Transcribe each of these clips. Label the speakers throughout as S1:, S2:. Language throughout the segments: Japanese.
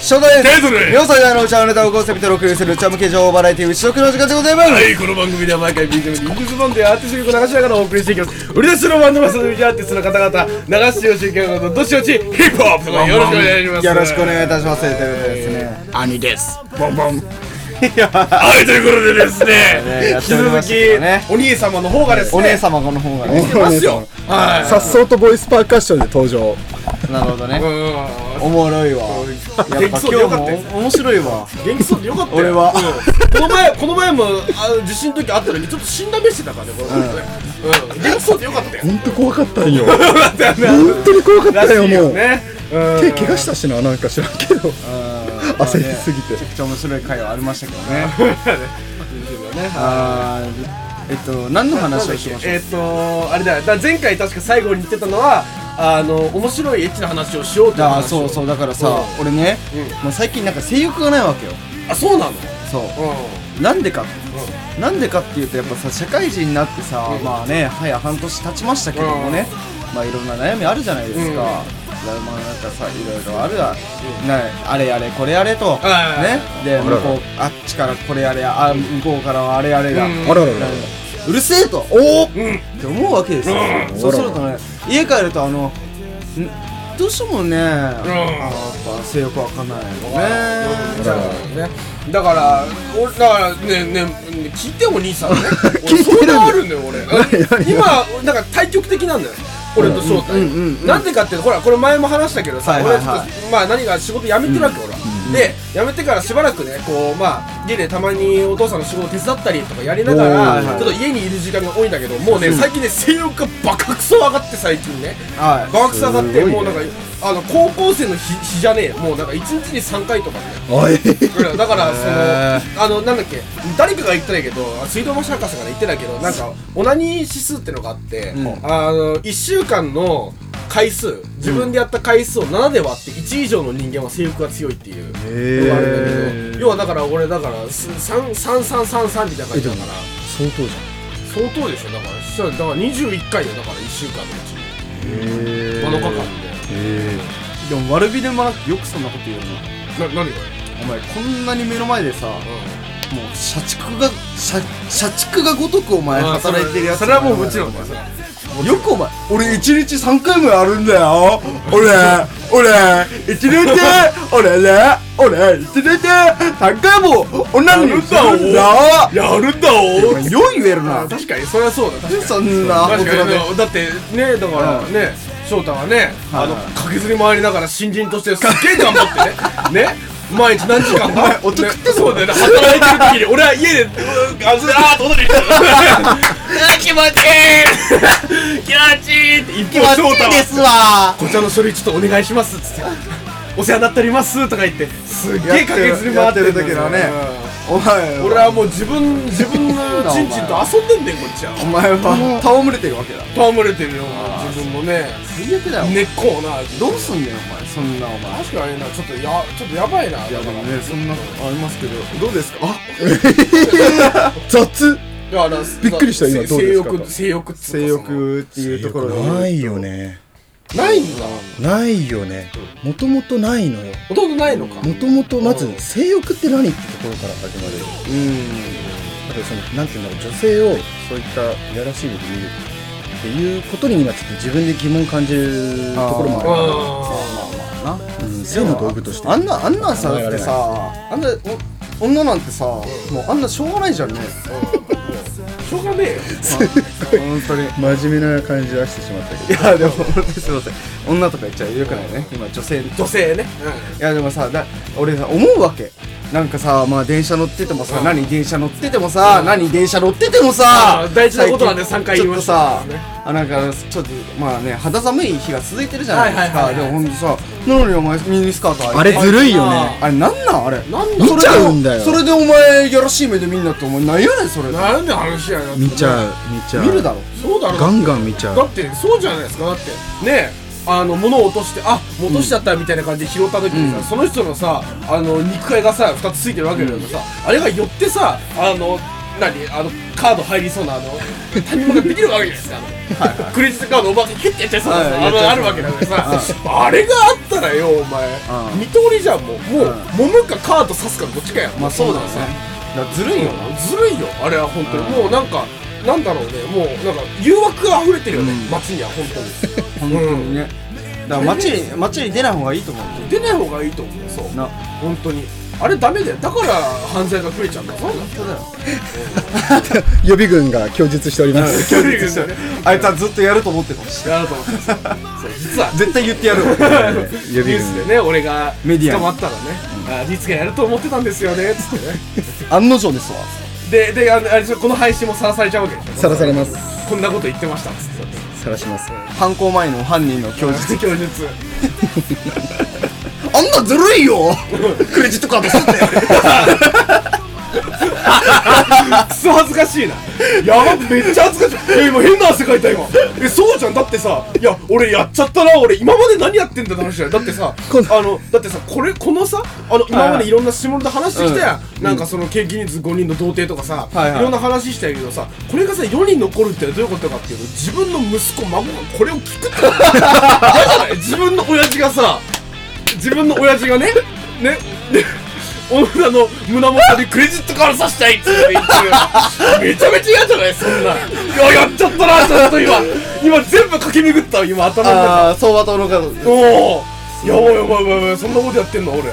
S1: 初代です
S2: テトル
S1: 両世代のうちわネタをコンセプトにお送りするうちわ向け情報バラエティー、うちのくの時間でございます
S2: はい、この番組では毎回 BGM にインディスバンドやアーティスト曲を流しながらお送りしていきます売り出しのバンドマスのミュージアーティストの方々流してほしい曲などどしどしヒップホップよろしくお願いします
S1: よろしくお願いい
S2: ます
S1: たします。ということでですね。
S2: 兄ですボンボン
S1: いや、
S2: はい、ということで ですね
S1: ねや
S2: 引
S1: っ
S2: き
S1: ておりま
S2: 続
S1: し
S2: き、
S1: たけどね
S2: お兄様の方がです
S1: お
S2: ね
S1: 姉様この方がね。
S2: 来てますよはい
S3: さっそうとボイスパーカッションで登場
S1: なるほど
S2: う
S1: ね。
S2: ん
S1: おもろいわ。やっぱ
S2: 元気そうでよか
S1: 今
S2: ったよ
S1: 日も面白いわ。
S2: 元気そうでよかったよ
S1: 俺は
S2: うんこの前この前もあの受診の時あったのにちょっと死んだ目してたからねこの子ねうん元気そうでよかったよ
S3: ほんと怖かった んよ
S2: かったよ
S3: ほんとに怖かったよもう
S2: ねうん
S3: 手怪我したしななんか知らんけど焦りすぎて
S1: めちゃくちゃ面白い回はありましたけどね。あーえっと、何の話をしましょう
S2: えっ、とあれだよだから前回確か最後に言ってたのはあの面白いエッチな話をしようって話
S1: あ
S2: を
S1: あそうそうだからさ、
S2: う
S1: 俺ね、もう最近なんか性欲がないわけよ
S2: あそうなの
S1: そう
S2: う
S1: なんでか、なんでかっていうとやっぱさ社会人になってさ、
S2: ん
S1: まあね早半年経ちましたけどもね、まあいろんな悩みあるじゃないですか、
S2: うん
S1: だからまあなんかさいろいろあるわ、なあれやれこれやれと、
S2: い
S1: ねで向こうあっちからこれやれあ向こうからはあれやれだ、
S2: うん
S3: あらららら
S1: うるせえとおお、
S2: ん
S1: って思うわけですよ、
S3: うん
S1: そうするとね家帰るとあのんどうしてもね、
S2: ん
S1: やっぱ性欲わかんないよね
S2: じゃあねだから俺だからねね聞いてお兄さん ね
S3: 聞いてる
S2: 俺そんなあるんだよ俺
S3: 何
S2: 今なんか対極的なんだよ俺と正太
S1: うんうんうんうん
S2: なんでかっていうとほらこれ前も話したけどさ、
S1: はいはいはい
S2: 俺ちょっとまあ何が仕事辞めてるわけ、俺は、で辞めてからしばらくねこうまあ家でたまにお父さんの仕事を手伝ったりとかやりながら
S1: お
S2: ち
S1: ー
S2: ょっと家にいる時間が多いんだけどもうね、最近ね性欲がバカクソ上がって最近ね
S1: はい
S2: バカクソ上がって、
S3: すごいね
S2: もうなんかあの高校生の日日じゃねえもうなんか1日に3回とかね
S3: おい
S2: うんだからその、
S1: へ
S2: あのなんだっけ誰かが言ってないけどあ水道橋博士が言ってないけどなんかオナニー指数ってのがあって、
S1: ん
S2: あの1週間の回数自分でやった回数を7で割って1以上の人間は性欲が強いっていうのがあるんだけど要はだから俺だから3333みたいな感じだから
S3: 相当じ
S2: 相当でしょだからそしたらだから21回よだから1週間のうちに7日間で
S1: でも悪びれもなくよくそんなこと言うな
S2: な何がよ、
S1: お前こんなに目の前でさもう社畜が社社畜がごとくお前
S2: まあ
S1: 働いてるやつ
S2: それはもうもちろん
S1: お
S2: だ
S1: 前
S2: よそれは
S1: よくお前俺一日三回もやるんだよ俺俺一日俺ね俺一日三回も女にするんだ
S2: やるんだ
S1: お前よい言えるな
S2: 確かにそれはそうだ確かに
S1: そんな
S2: 確
S1: こ
S2: か
S1: と
S2: に
S1: で
S2: ねだってねだからね翔太はね
S1: はい
S2: あの駆けずり回りながら新人としてすっげえ頑張ってねね毎日何時間も
S1: お前お得って
S2: ねそうだよね働いてる時に俺は家でうーあずあーとどり気持ちい い気持ちいいって一方翔太は
S1: すわ
S2: こちらの書類ちょっとお願いしますっつってお世話になっておりますとか言ってすっげえ駆けずり回ってんだよ
S1: やってるやってる時のお前
S2: うん俺はもう自分自分 のちんちんと遊んでんねんこっちは
S1: お前は戯れてるわけだ
S2: 戯れてるよ自分もね
S1: 最悪だよ
S2: 根っこをな
S1: どうすんだよお前そんなお前
S2: 確かになちょっとやちょっとやばいなだから
S1: ねそんなありますけどどうですか
S3: ゃん雑
S2: だから
S3: びっくりした今
S2: せ
S3: どうですか
S2: 性欲性欲っつうか
S1: 性欲っていうところで
S3: ないよね
S2: そのないんだ
S3: ないよねもともとないのよ
S2: ほとんどないのか
S3: もともとまず性欲って何ってところから始まるあとそのなんていうんだろう女性をそういったいやらしい目で見るっていうことに今ちょっと自分で疑問感じるところも
S2: あ
S3: ある
S1: な
S3: うん性の道具として
S1: あんなあんなんさ
S3: 考
S1: だ
S3: えられない
S1: ってさあんなお女なんてさもうあんなしょうがないじゃんね
S2: ーしょうがねえよ
S1: 本当にい
S3: 真面目な感じはしてしまったけど
S1: やでも本当にすいません女とか言っちゃよくないね今女性い
S2: 女性ね
S1: やでもさだ俺さ思うわけなんかさまあ電車乗っててもさ何電車乗っててもさ何電車乗っててもさ
S2: あー大事なことなんで
S1: 最近
S2: 三回言いました
S1: ちょっとさあなんかちょっとまあね肌寒い日が続いてるじゃないです
S2: は
S1: か
S2: い
S1: で
S2: はい
S1: もほ
S2: は
S1: んとさなのにお前ミニスカート履いて
S3: あれずるいよ
S2: あ
S3: ね
S1: あれなんなんあれ
S2: なん
S3: 見ちゃうんだよ
S1: それでお前やらしい目で見んなってお前なんやねんそれ見
S2: なんで話やな
S3: 見ちゃう見ちゃう
S1: るだろ
S2: そうだろ
S3: ガンガン見ちゃ
S2: だ
S3: う
S2: ってそうじゃないですかだってねあの物を落としてあもう落としちゃったみたいな感じで拾った時にさ、その人のさあの肉塊がさ2つついてるわけだけどさ、あれが寄ってさあの何あのカード入りそうなあの谷間ができるわけじゃないですかあのクレジットカードおばけキュッてやっちゃいそうなさ、
S1: はい
S2: あのあるわけだからさあれがあったらよお前
S1: うん
S2: 見通りじゃんもうもう揉むかカード刺すかどっちかやん
S1: まあそうだよね
S2: だからずるいよなずるいよあれは本当にもうなんかなんだろうねもうなんか誘惑が溢れてるよね、
S1: うん
S2: 街には本当に
S1: 本当にねだから街に街に出ない方がいいと思う
S2: 出ない方がいいと思うそう
S1: な
S2: 本当にあれダメだよだから犯罪が増えちゃうんだそうだっただよ
S3: 予備軍が供述しております。
S2: 教育してね
S1: あいつはずっとやると思ってたし
S2: やろうと思ってたそう実は
S1: 絶対言ってやるわ
S3: 予
S2: ニュ
S3: 備
S2: ース
S3: 軍。
S2: でね俺が
S1: メディアに
S2: 捕まったらねあいつがやると思ってたんですよねつってね
S3: 案の定ですわ。
S2: でであのあれでしょこの配信もさらされちゃうわけでしょ
S3: さらされます。
S2: こんなこと言ってましたっつって
S3: さらします。
S1: 犯行前の犯人の供 述
S2: 供述
S1: あんなずるいよクレジットカードさって
S2: クソ恥ずかしいなやばめっちゃ恥ずかしいいや今変な汗かいた今えそうじゃんだってさいや俺やっちゃったな俺今まで何やってんだって話だよだってさあのだってさこれこのさあの今までいろんな下ネタ話してきたやん、なんかその経験率5人の童貞とかさ、
S1: はい
S2: い
S1: はい
S2: ろんな話してるけどさこれがさ世に残るってどういうことかっていうと自分の息子孫がこれを聞く ってこと嫌じゃない自分の親父がさ自分の親父がねねで女の胸元にクレジットカードさしたいっつって言ってるめちゃめちゃ嫌じゃないそんないややっちゃったなちょっと今今全部駆け巡った今頭の中
S1: ああ相馬灯のカード
S2: おおやばいやばいやばいやばいそんなことやってんの俺や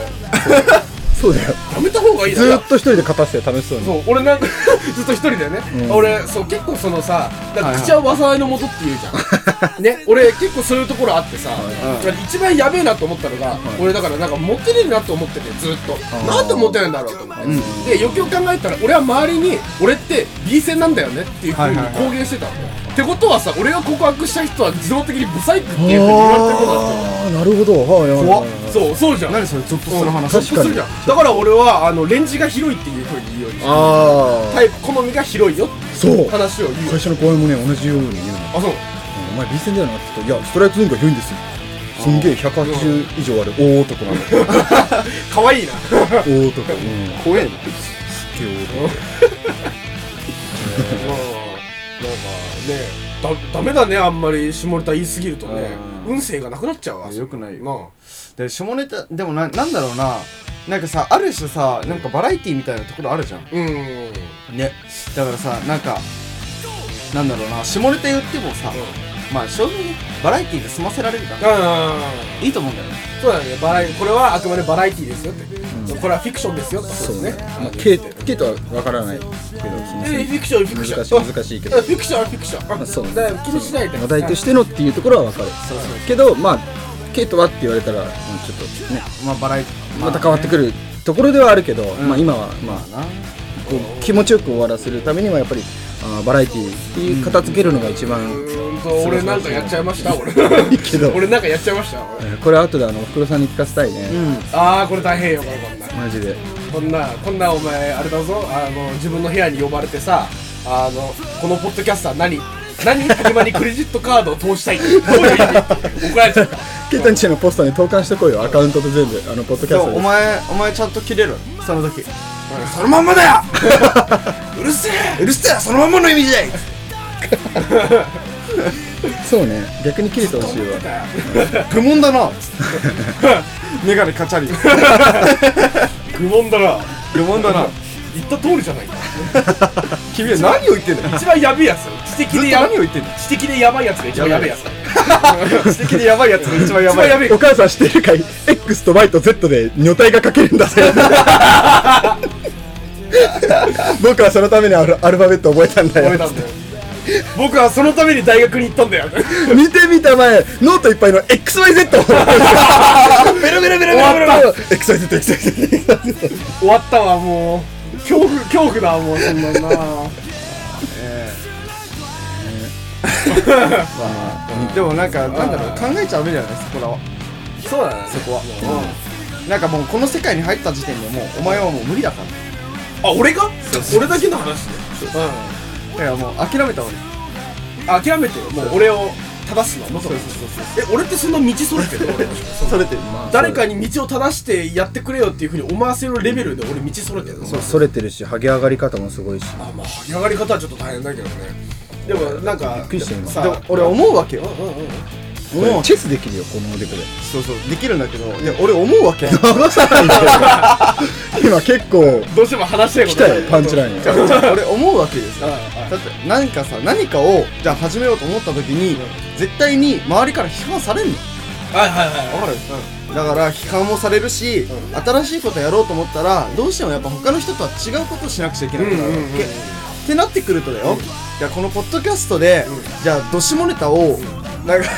S3: そうだよ。
S2: めた方がいい
S3: ず
S2: な
S3: ーっと一人で勝たせて楽しそうに。
S2: そう俺なんか ずっと一人だよね、俺そう結構そのさなんか口は災いのもとって言うじ ゃんね俺結構そういうところあってさ、だから一番やべえなと思ったのが、俺だからなんかモテれるなと思っててずっと、なんでモテるんだろうと思って、でよくよく考えたら俺は周りに俺って B 線なんだよねっていうふうに公言してたの、ってことはさ俺が告白した人は自動的にブサイクっていうふうに言われてることだったの
S3: ああ、なるほど。はいはいはいはい。
S2: そうそうじゃん
S1: 何それゾッとする話
S2: 確かにだから俺はあのレンジが広いっていうふうに言うように
S3: あ
S2: タイプ好みが広いよって
S3: あ。そう。
S2: 話を言う
S3: 会社の後輩もね、同じように言うの。
S2: あそう
S3: お前 B 線だよなって言ったら、いや、ストライクゾーンが広いんですよ。すんげえ180以上ある大男なの。
S2: 可愛い な
S3: 大男。うん。
S1: 怖えな
S3: すっげえ大男。
S2: まあなんかねだダメだねあんまり下ネタ言いすぎるとね
S1: うん
S2: 運勢がなくなっちゃうわ
S1: よくないよ
S2: なあ
S1: で下ネタでもななんだろうななんかさある種さなんかバラエティみたいなところあるじゃん
S2: うん
S1: ねだからさなんかなんだろうな下ネタ言ってもさ、まあ正直ねバラエティで済ませられるから
S2: あ
S1: いいと思うんだよね
S2: ーそうだねバラエこれはあくまでバラエティですよって、これはフィクションですよってことですね
S3: まあ、ケイケイとは分からないけど、その
S2: えフィクションフィクション
S3: 難しい難しいけど
S2: あフィクションはフィクション
S3: まあそうね
S2: だから気にしないで
S3: 話題としてのっていうところは分かるけどまあケイトはって言われたらうんちょっとね
S1: まあバラエティ
S3: また変わってくるところではあるけど、まあ、今はまあ
S1: な
S3: こう気持ちよく終わらせるためにはやっぱりあーバラエティーっていう片付けるのが一番
S2: うーんと俺なんかやっちゃいました俺
S3: いいけど
S2: 俺なんかやっちゃいました俺
S3: えーこれ後であのおふくろさんに聞かせたいね、
S2: ああこれ大変よこれこんな
S3: マジで
S2: こんなこんなお前あれだぞあの自分の部屋に呼ばれてさあのこのポッドキャスター何何今にクレジットカードを通したいってどういう意味怒られちゃった
S3: ケイトんちのポスターに投函してこいよアカウントと全部あのポッドキ
S1: で
S3: ャス
S1: も
S3: ト
S1: お
S3: に
S1: 前お前ちゃんと切れるその時そのまんまだようるせえうるせえそのまんまの意味じゃい
S3: そうね逆に切れてほしいわ
S1: 愚問だなメガネカチャリ
S2: 愚問だな
S1: 愚問だな
S2: 言った通りじゃないか
S1: 君は何を言ってんだよ
S2: 一番やべえやつ知的
S1: ずっと
S2: でや
S1: 何を言ってんだよ
S2: 知的でやばいやつが一番やべえやつだ
S1: 知的でヤバいやつが一番ヤバ
S2: 一番
S1: い
S2: やべえ
S3: お母さん知ってるかい X と Y と Z で女体が書けるんだぜ僕はそのためにアルアルファベット覚えたんだ
S2: 俺
S3: よ
S2: なんだよ僕はそのために大学に行ったんだよ
S3: 見てみたまえノートいっぱいの XYZ
S1: ベロベロベロ
S2: 終わった
S3: XYZXYZ
S2: 終わったわもう恐怖恐怖だわもうそんなんな
S1: でもなんかなんだろう考えちゃダメだよねそこらは
S2: そうだね
S1: そこはなんかもうこの世界に入った時点でもうお前はもう無理だから
S2: あ俺が俺だけの話ねうん
S1: だからもう諦めた方がいい
S2: 諦めてよもう俺を正すのもそうそうそうそうえ俺ってそんな道 それてる俺
S1: それてる
S2: 誰かに道を正してやってくれよっていうふうに思わせるレベルで俺道それてるの
S3: そうそれてるしハゲ上がり方もすごいし
S2: あまあ剥ぎ上がり方はちょっと大変だけどねでもなんかびっ
S3: くりした今
S1: でも俺思うわけよ
S2: うんうんうん
S1: 俺
S3: チェスできるよこのおでこで
S1: そうそうできるんだけどいや俺思うわけ 俺
S3: 流さないで今結構
S2: どうしても話したいこ
S3: 来
S2: と
S3: たよパンチライン
S1: 思うわけですよ
S2: うん
S1: だって何かさ何かをじゃあ始めようと思った時に絶対に周りから批判されんの
S2: はいはいはい
S1: わかる、だから批判もされるし、新しいことやろうと思ったらどうしてもやっぱ他の人とは違うことをしなくちゃいけなくなるわけ、
S2: うんうんうん
S1: ってなってくるとだよ、じゃあこのポッドキャストで、じゃあどしもネタを、なんか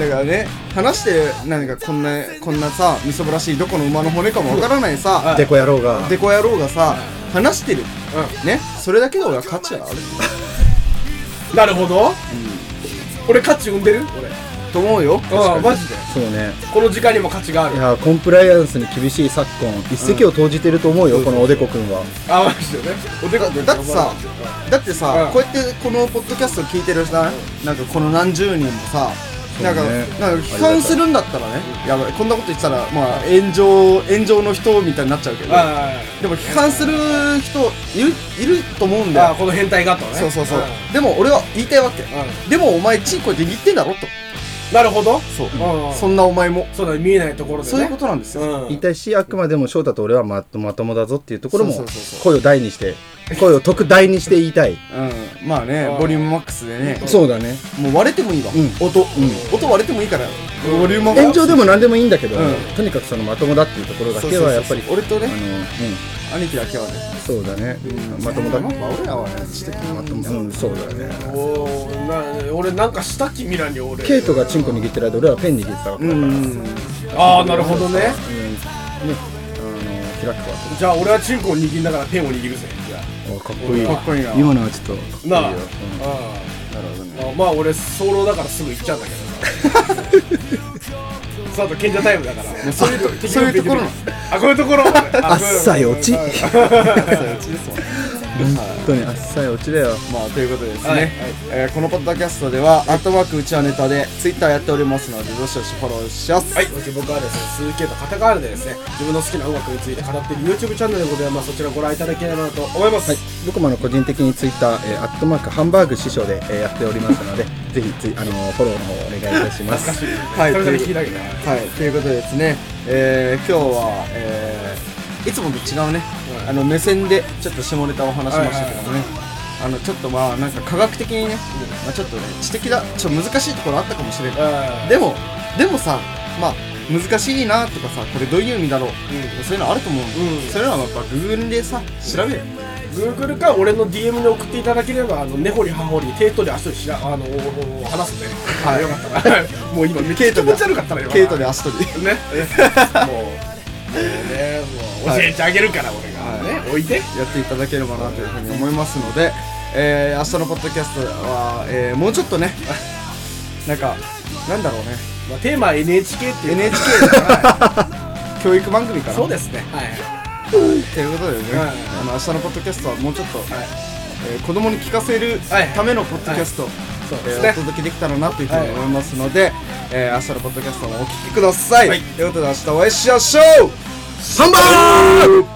S1: だからね話して何かこんなこんなさみそぼらしいどこの馬の骨かもわからないさ、
S3: デコ野郎が
S1: デコ野郎がさ、話してる、
S2: う
S1: ねそれだけで俺は価値がある
S2: なるほど、俺価値生んでる俺
S1: と思うよ
S2: ああマジで
S3: そうね
S2: この時間にも価値があ
S3: い
S2: る
S3: やコンプライアンスに厳しい昨今一石を投じてると思うよ、このおでこくんは
S2: あマジでねおでか
S1: だってさだってさ、
S2: うん
S1: こうやってこのポッドキャストを聞いてるさ、なんかこの何十人もさ、
S3: そ
S1: な
S3: うん
S1: か
S3: ね
S1: なんか批判するんだったらね、やばい、こんなこと言ってたら、まあ、炎上炎上の人みたいになっちゃうけど、
S2: あ
S1: でも批判する人いるいると思うんだ
S2: あ
S1: よ、
S2: この変態がとね
S1: そうそうそう、
S2: ん
S1: でも俺は言いたいわけ、
S2: う
S1: でもお前、チンコ握ってんだろと、
S2: なるほど
S1: そう
S2: うん
S1: そんなお前も、
S2: そうだね見えないところでね
S1: そういうことなんですよ。
S2: うん
S3: 言いたいしあくまでも翔太と俺はまとまともだぞっていうところも
S1: そうそうそうそう
S3: 声を大にして声を特大にして言いたい
S1: うん、まあね
S2: うん、
S1: ボリュームマックスでね、
S3: そうだね
S1: もう割れてもいいわ、
S3: うん
S1: 音、音割れてもいいから、ボリュームマックス
S3: 炎上でも何でもいいんだけど、
S1: うん
S3: とにかくそのまともだっていうところだけはやっぱり
S1: そうそうそう俺と
S3: あ
S1: ね
S3: の、
S1: 兄貴だけはね
S3: うん、そうだね、まともだ
S1: まあ俺らはね知的
S3: ま
S1: な
S3: とも、うん、そうだね
S2: おーな俺なんかした君らに俺
S3: ケイトがチンコ握ってる間俺はペン握ってたわけだから、うんね
S2: ああなるほどね
S3: あの開くわ
S2: じゃあ俺はチンコを握りながらペンを握るぜじゃ
S3: おかっこいい
S1: かっこいいな
S3: 今のはちょっと
S2: あなあ、
S3: いいよ
S2: うんまあまあ俺早漏だからすぐ行っちゃうんだけど そうあと賢者タイムだから
S1: そういうとそういうところなの
S2: あこういうところ
S3: あっさい
S2: よ
S3: 落ち
S1: ま
S3: 本当にあっさい落ちだよ
S1: あということでですね、
S2: はいはい
S1: えーこのポッドキャストでは「アットマークうちはネタ」でツイッターやっておりますのでどしどしフォローします、
S2: はい、そして僕はですね、鈴木とカタカールでですね、自分の好きな音楽について語っている YouTube チャンネルでございます。そちらご覧いただければなと思います。
S3: はい、僕もあの個人的にツイッター、えー、アットマークハンバーグ師匠で、えーやっておりますので、ぜひついあのーフォローの方お願いいたします。
S1: はい
S2: それぞれ聞いたけど、
S1: はい、ということでですね、えー今日は、えーいつもと違うね、あの目線でちょっと下ネタを話しましたけどもね、あのちょっとまあなんか科学的にね、まあ、ちょっとね知的だちょっと難しいところあったかもしれない、
S2: うん
S1: でもでもさまあ難しいなとかさこれどういう意味だろう、
S2: う
S1: そういうのあると思うの、
S2: うん
S1: そういうのはやっぱ Google でさ調べる、
S2: Google か俺の DM で送っていただければ、あの根掘り葉掘り、テイトで足をしらあのおお話すんで、
S1: はい
S2: あよかったな。 もう今、めっちゃ気持ち悪かったな、今。
S1: ケイトで足取り
S2: ね。 もう、もうね、もう教えてあげるから、俺が。ね、おいで。
S1: やっていただければなというふうに思いますので、えー、明日のポッドキャストは、えーもうちょっとね なんかなんだろうね
S2: まあ、テーマは NHK っていう
S1: NHK の、 はい教育番組かな
S2: そうですね。はい。
S1: ということでね、
S2: はい
S1: あの明日のポッドキャストはもうちょっと、
S2: はい
S1: えー子供に聞かせる
S2: はい
S1: ためのポッドキャスト、
S2: そう
S1: え
S2: です
S1: ー
S2: ね
S1: お届けできたらなというふうに思いますので、えー明日のポッドキャストもお聞きください、
S2: はい
S1: ということで明日お会いしましょう
S3: ハンバーグ